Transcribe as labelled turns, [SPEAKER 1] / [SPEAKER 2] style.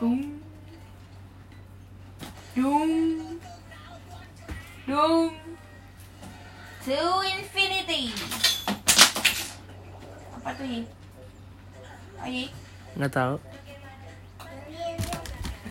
[SPEAKER 1] Dung. Dung. Dung.
[SPEAKER 2] To infinity. Apa tuh, Ye? Oh, Ye?
[SPEAKER 3] nggak tahu